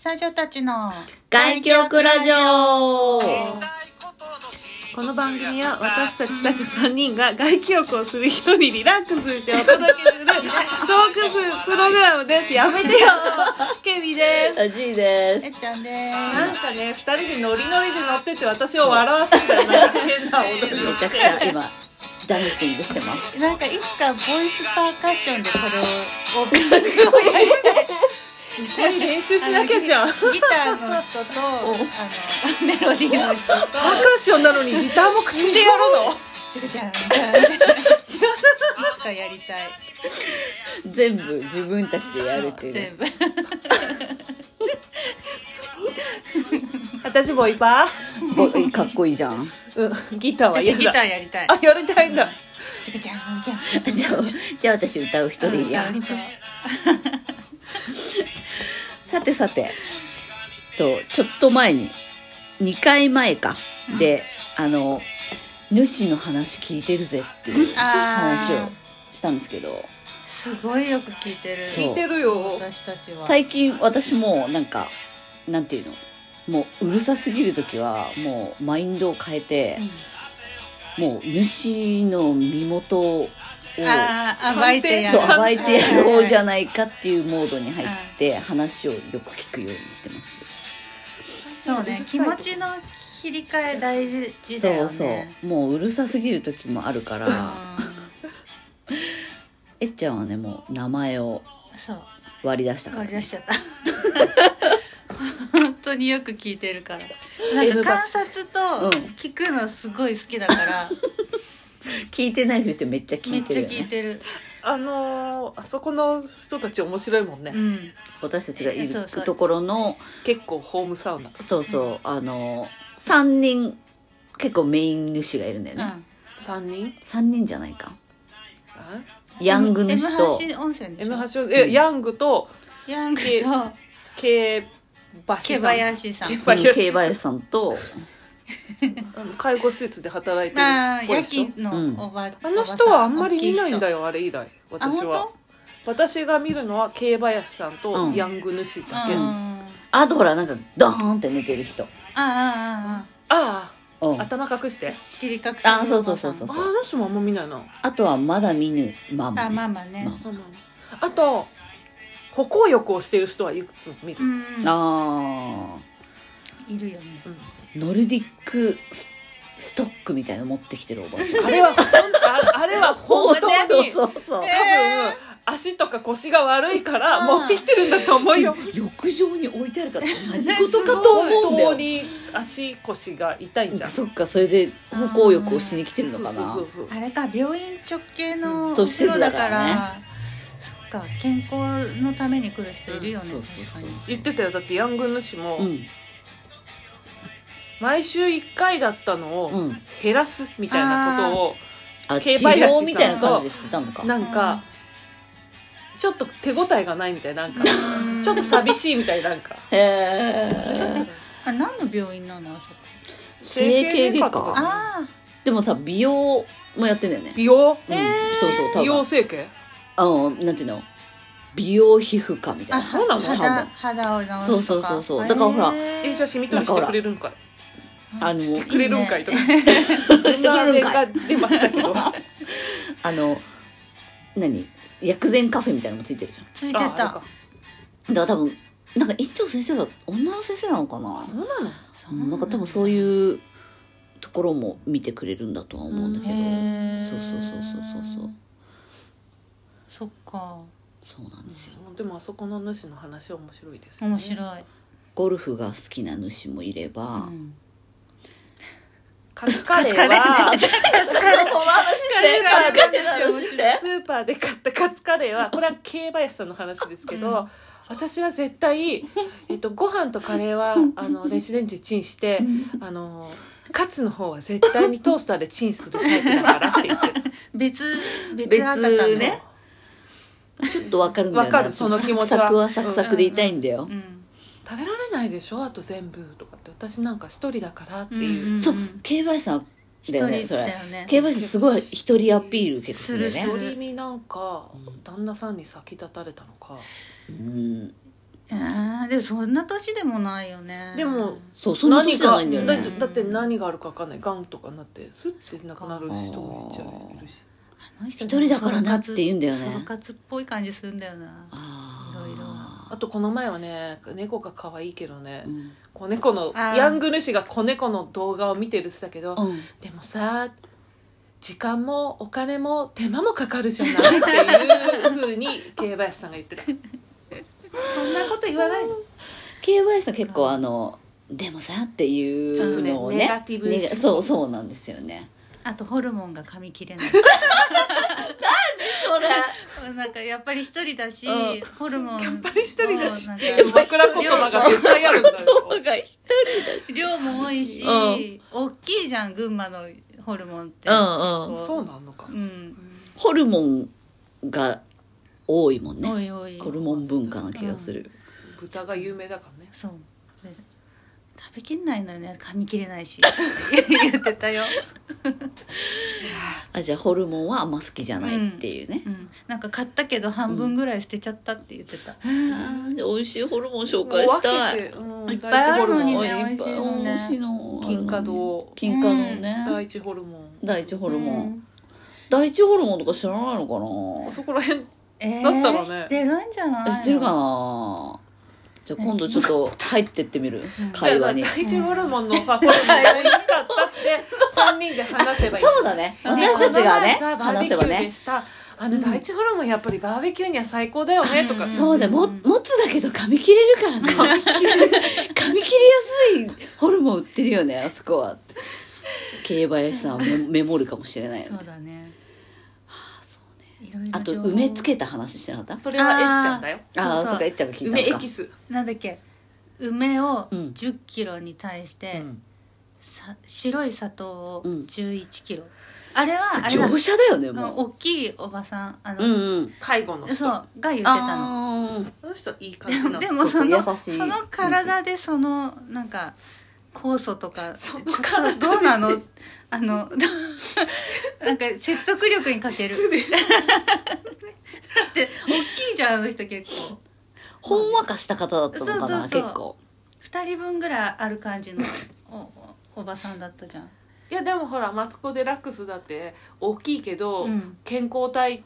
サジョたちの外教クラジオこの番組は私たちたち3人が外気浴をする人にリラックスしてお届けするトークスプログラムですやめてよケビですあじいでえっちゃんでなんかね2人でノリノリで乗ってて私を笑わせたような変な踊すりめをちゃくちゃ今ダメツイングしてますすなんかいつかボイスパーカッションでこれををすごい練習しなきゃじゃんパーギターの人とあのメロディーの人とカッションなのにギターも口でやるのじゃじゃんじゃんいつかやりたい全部自分たちでやるっていう全部私ボイパおいかっこいいじゃんー、うん、ギターは私嫌ギタだーやりたいあやりたいんだじゃじゃんじゃんじゃあじゃあ私歌う一人でやうん歌うさてさてとちょっと前に2回前かであの主の話聞いてるぜっていう話をあしたんですけどーすごいよく聞いてるそう聞いてるよ私たちは最近私もなんかなんていうのもううるさすぎる時はもうマインドを変えて、もう主の身元をあー暴いてやそろう暴いてやろうじゃんないかっていうモードに入って話をよく聞くようにしてますそうね気持ちの切り替え大事だよねそうそうもううるさすぎる時もあるかうらんえっちゃんはねもう名前をそう割り出したから、割りね出、しちゃった 本当によく聞いてるからなんか観察とうん聞くのすごい好きだから、聞いてないふりしてめっちゃ 聞めいっちてゃるよ、聞いね、てる、あのー、あそこの人たち面白いもんね、うん、私たちがいそるうそうところの結構ホームサウナそうそうあの3人結構メイン主がいるんだようね、ん3人3人じゃないかあヤング主と M 橋温泉でし M ょ橋え、うんヤングとヤングと K バシ毛さん林さん橋うん慶林さんとあの介護施設で働いてるまあ子で夜しょ勤のおば、あの人はあんまり見ないんだよよあれ以あ来私本は私が見るのは K 林さんうとんヤング主当だうけ、ん、あああとほらなんかドーンって寝てる人ああああうんあ頭隠してあ尻隠しあそうそうそうそうああの人もあんま見ないなとはまだ見ぬママ、あママね、マあのあと歩行浴をしてる人はいくつも見る、うんあいるよねーノルディックスストックみたいなの持ってきてるおばあちゃんあれは本当あ あれは本当にそうそうそう多え分足とか腰が悪いからうん持ってきてるんだと思うよ浴場に置いてあるから何事かと思うんだ本当よに足腰が痛いんじゃんそっかそれで歩行浴をしに来てるのそうそかうそなうそうあれか病院直系のうおんそう風呂だから,、そっか健康のために来る人いるよね、うんそ確うそかうに言ってたよだってヤング主もうん毎週1回だったのうをん減らすみたいなことをあ治軽バイアスさん療みたいな感じでしてたのかなんかちょっと手応えがないみたいなんかちょっと寂しいみたいなんかへえあ何の病院なのあそこ整形外整形外科科あでもさ美容もやってんだよね美う容んそうそう多美容分整形あのなんていうの美容皮膚科みたあいなそうなの多肌分肌を治すとかそうそうそうそうだからほらえじゃあ染み取りなんかほしてらくれるんかいあのくれるんかいとかいいねラーメンが出ましたけどああの何薬膳カフェみたいなのもついてるじゃんついてあれたかだから多分なんか一丁先生が女の先生なのかなそうなのうんなんか多分そういうところも見てくれるんだとは思うんだけど、へーそうそうそっかそうそうそうそうそうなんですよでもあそこの主の話は面白いですね面白い、ゴルフが好きな主もいれうば、ん、カツカレーはカツカレーの話してスーパーで買ったカツカレ ーはこれは競馬屋さんの話ですけど、うん私は絶対、えっと、ご飯とカレ ーはあの電子レンジでチンしてあのカツの方は絶対にトースターでチンするタイプだからって言ってる別別別あたたのねちょっとわかるんだよわかるその気持ちサはクサクはサクサクでいたいんだよ、うん食べられないでしょあと全部とかって私なんか一人だからってうんいう、うんそううん競馬士さん一だよ人ねそだれよね競馬士すごい一人アピール結構するよすねるよりになんか旦那さんに先立たれたのかうんえー、でもそんな年でもないよねでもそうそんな年じゃないんだよ何ねがだだって何があるか分かんないがんとかなってスッてなくなる人もいっちゃいるしあの人一人だからなって言うんだよソロね活っぽい感じするんだよなあいろいろあとこの前はね猫が可愛いけどね、ーうん子猫のあーヤング主が子猫の動画を見てるって言ってたけど、うんでもさ時間もお金も手間もかかるじゃないっていうふ うに競林さんが言ってたそんなこと言わない KY さん結構あのでもさっていうのをねちょっとねネガティブね思考そうそうなんですよねあとホルモンが噛み切 れないそれなんかやっぱり一人だし、うんホルモンやっぱり一人だしそうなんか枕言葉が絶対あるんだよがい量も多いし、うん大きいじゃん群馬のホルモンって、うんうんこそうなんのか、うんホルモンが多いもおんねいおいホルモン文化な気がする、豚が有名だからねそうで食べきんないのよね噛み切れない し言ってたよ、あじゃあホルモンはあんま好きじゃないっていうねう、ん、なんか買ったけど半分ぐらい捨てちゃったって言ってた、あーで美味しいホルモン紹介したいもう分けて、いうん、っぱいあるのにおいねいっぱい美味しいのあるの金に華堂金華堂第ね一ホルモン第一ホホルモン、第一ホルモンとか知らないのあかそこら辺えー、だったらね知ってるんじゃないなの知ってるかなじゃあ今度ちょっと入ってってみるん会話にじゃあ第一ホルモンのさ、ホルモンが美味しかったって、三人で話せばいい。そうだね私たちがねこの前さバーベ話キせュばーでねした。あの、第一ホルモンやっぱりバーベキューには最高だよね、とか。んそうでも持つだけど噛み切れるから ね噛み切れやすいホルモン売ってるよねあそこは競林さんは メメモるかもしれないよそうねだねあそうねいろいろあと情報梅つけた話してなかっそれはえっちゃんだよ。たあそうそうあそっかえっちゃんが聞いたの梅かエキス。なんだっけ梅をうん1 0キロに対して、うんさ白い砂糖をうん1 1キロ、あれはあれだ、う業ん、者だよねもう大きいおばさんあうんの、うん介護の人。そうが言ってたのあーあの人いい感じなの。でもそそうそうの優しいその体でそのなんか酵素とかそのちょっと体でどうなのあの なんか説得力に欠ける失礼だって大きいじゃんあの人結構ほんわかした方だったのかなそうそうそう結構2人分ぐらいある感じのおおおばさんだったじゃんいや、でもほら、マツコデラックスだって、大きいけどうん、健康体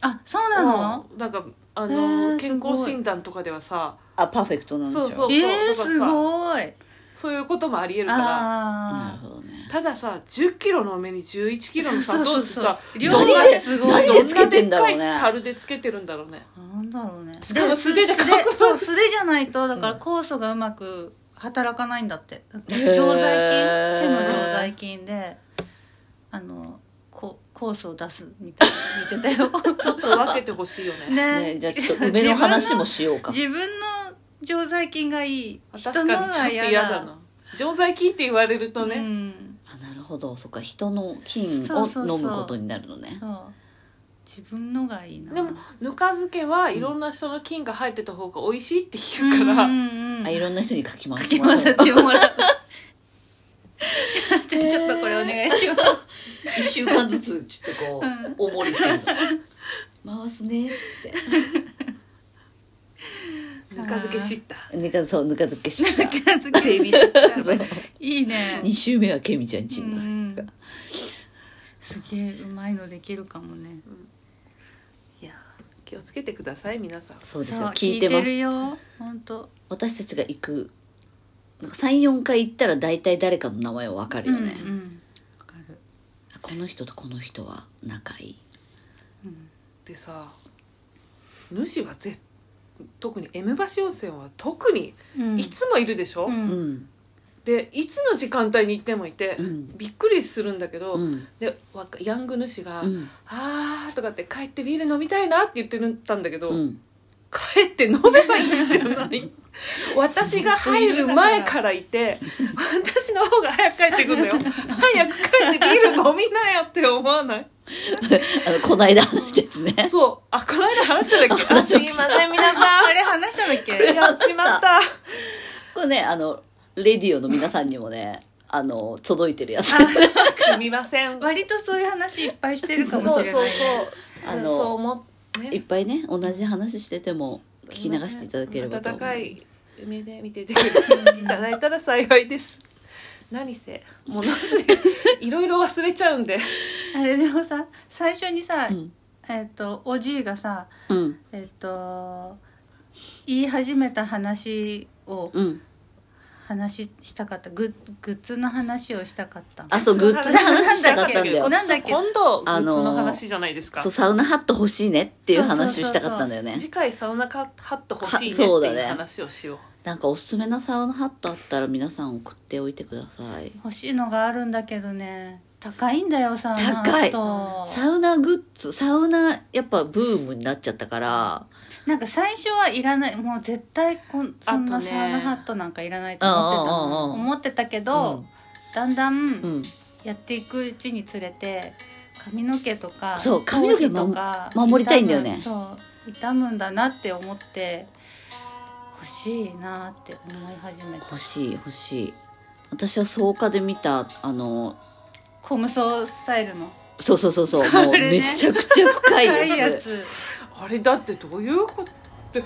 あそうなの、うんなんか、あへの、ー健す康ごい診断とかではさ、あパーフェクトなんでしょそうそうえー、だからさすごいそういうこともありえるから。なるああほどねたださ1 0キロの梅に1 1キロの砂糖ってさそうそうそうどんな何量でがすごい何でつけてんだろうどなでっかいね樽でつけてるんだろうねなんだろうねしかも素手で素隠すそう素手じゃないとだから酵素がうまく働かないんだって常在菌手の常在菌であのこ酵素を出すみたいな言 ってたよちょっと分けてほしいよねねねじゃあちょっと梅の話もしようか自分の常在菌がいい確かにちょっと嫌だな常在菌って言われるとうね、んあなるほどそっか人の菌そをうそうそう飲むことになるのねそう自分のがいいなでもぬか漬けはいろんな人の菌が入ってた方が美味しいって言うから、うんうんうんあいろんな人にかき回かしてきもら混うぜても らう じゃあちょっとこれお願いします1週間ずつちょっとこう大盛りすると回すねっつってぬか漬け知ったぬかそうぬか漬けしたベビーシッター いいね2週目はケミちゃんちうんんすげえうまいのできるかもねいや気をつけてください皆さんそうですそよう聞いてまるすよ本当私たちが行く34回行ったら大体誰かの名前は分かるよね、うんうんわかるこの人とこの人は仲いいうんでさ主はぜ特に M 橋温泉は特にうんいつもいるでしょ、ううんんでいつの時間帯に行ってもいて、うんびっくりするんだけど、うんでわかヤング主が「うんあー」とかって「帰ってビール飲みたいな」って言ってたんだけど、うん帰って飲めばいいじゃない私が入る前からいて私の方が早く帰ってくんだよ早く帰ってビール飲みなよって思わないあのこないだ話したやつねそうあこの間話しただっけあすいません皆さんあれ話したんだっ けやっちまったこれねあのレディオの皆さんにもねあの届いてるやつすみません割とそういう話いっぱいしてるかそうもそうしれそないねあうあののそう思っいってぱいね同じ話してても聞き流していただければと温思うかい目で見ていただいたら幸いです何せもうなぜいろいろ忘れちゃうんであれでもさ最初にさ、うんえっ、とおじいがさうんえっ、と言い始めた話をうん話したかったグッグッズの話をしたかったあそうグッズの話したかったんだよなんだっけ今度グあッのーズの話じゃないですかそうサウナハット欲しいねっていう話をしたかったんだよね次回サウナカハット欲しいねってはそうだいねう話をしようなんかおすすめなサウナハットあったら皆さん送っておいてください欲しいのがあるんだけどね高いんだよさ高いとサウナグッズサウナやっぱブームになっちゃったからなんか最初はいらないもう絶対こんそんあなとねサウナハットなんかいらないと思ってたうんうんうんうんの思ってたけど、だんだうんんやっていくうちにつれて髪の毛とかそう髪の毛ま頭皮とか守りたいんだよね傷むそう傷むんだなって思って欲しいなって思い始めた欲しい欲しい私は草加で見たあのコムソスタイルのそうそうそうそうもあうれねめちゃくちゃ深いや高ついやつあれだってどういうことって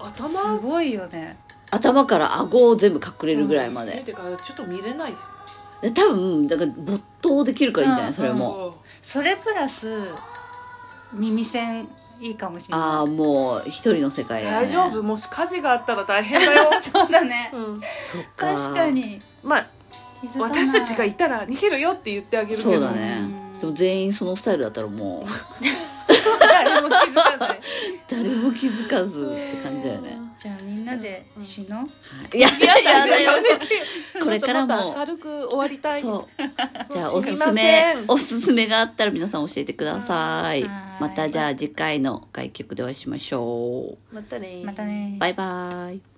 頭すごいよね頭から顎を全部隠れるぐらいま見でえてからちょっと見れないしで多分だから没頭できるからいいんじゃないそれももそれプラス耳栓いいかもしれあなあいもう一人の世界だ、大ね、丈夫もし火事があったら大変 だよ そうだねうんそっか確かにまあ気づかない私たちがいたら逃げるよって言ってあげるけどそうだねうんでも全員そのスタイルだったらもう 誰も気づかない誰も気づかずって感じだよねじゃあみんなで死のういやいやいやだよここれれかかららもも明るく終わりたいそうじゃあそうおすすみすまめせんおすすめがあったら皆さん教えてくださいはいまたじゃあ次回の外局でお会いしましょまたねまたねうバイバイ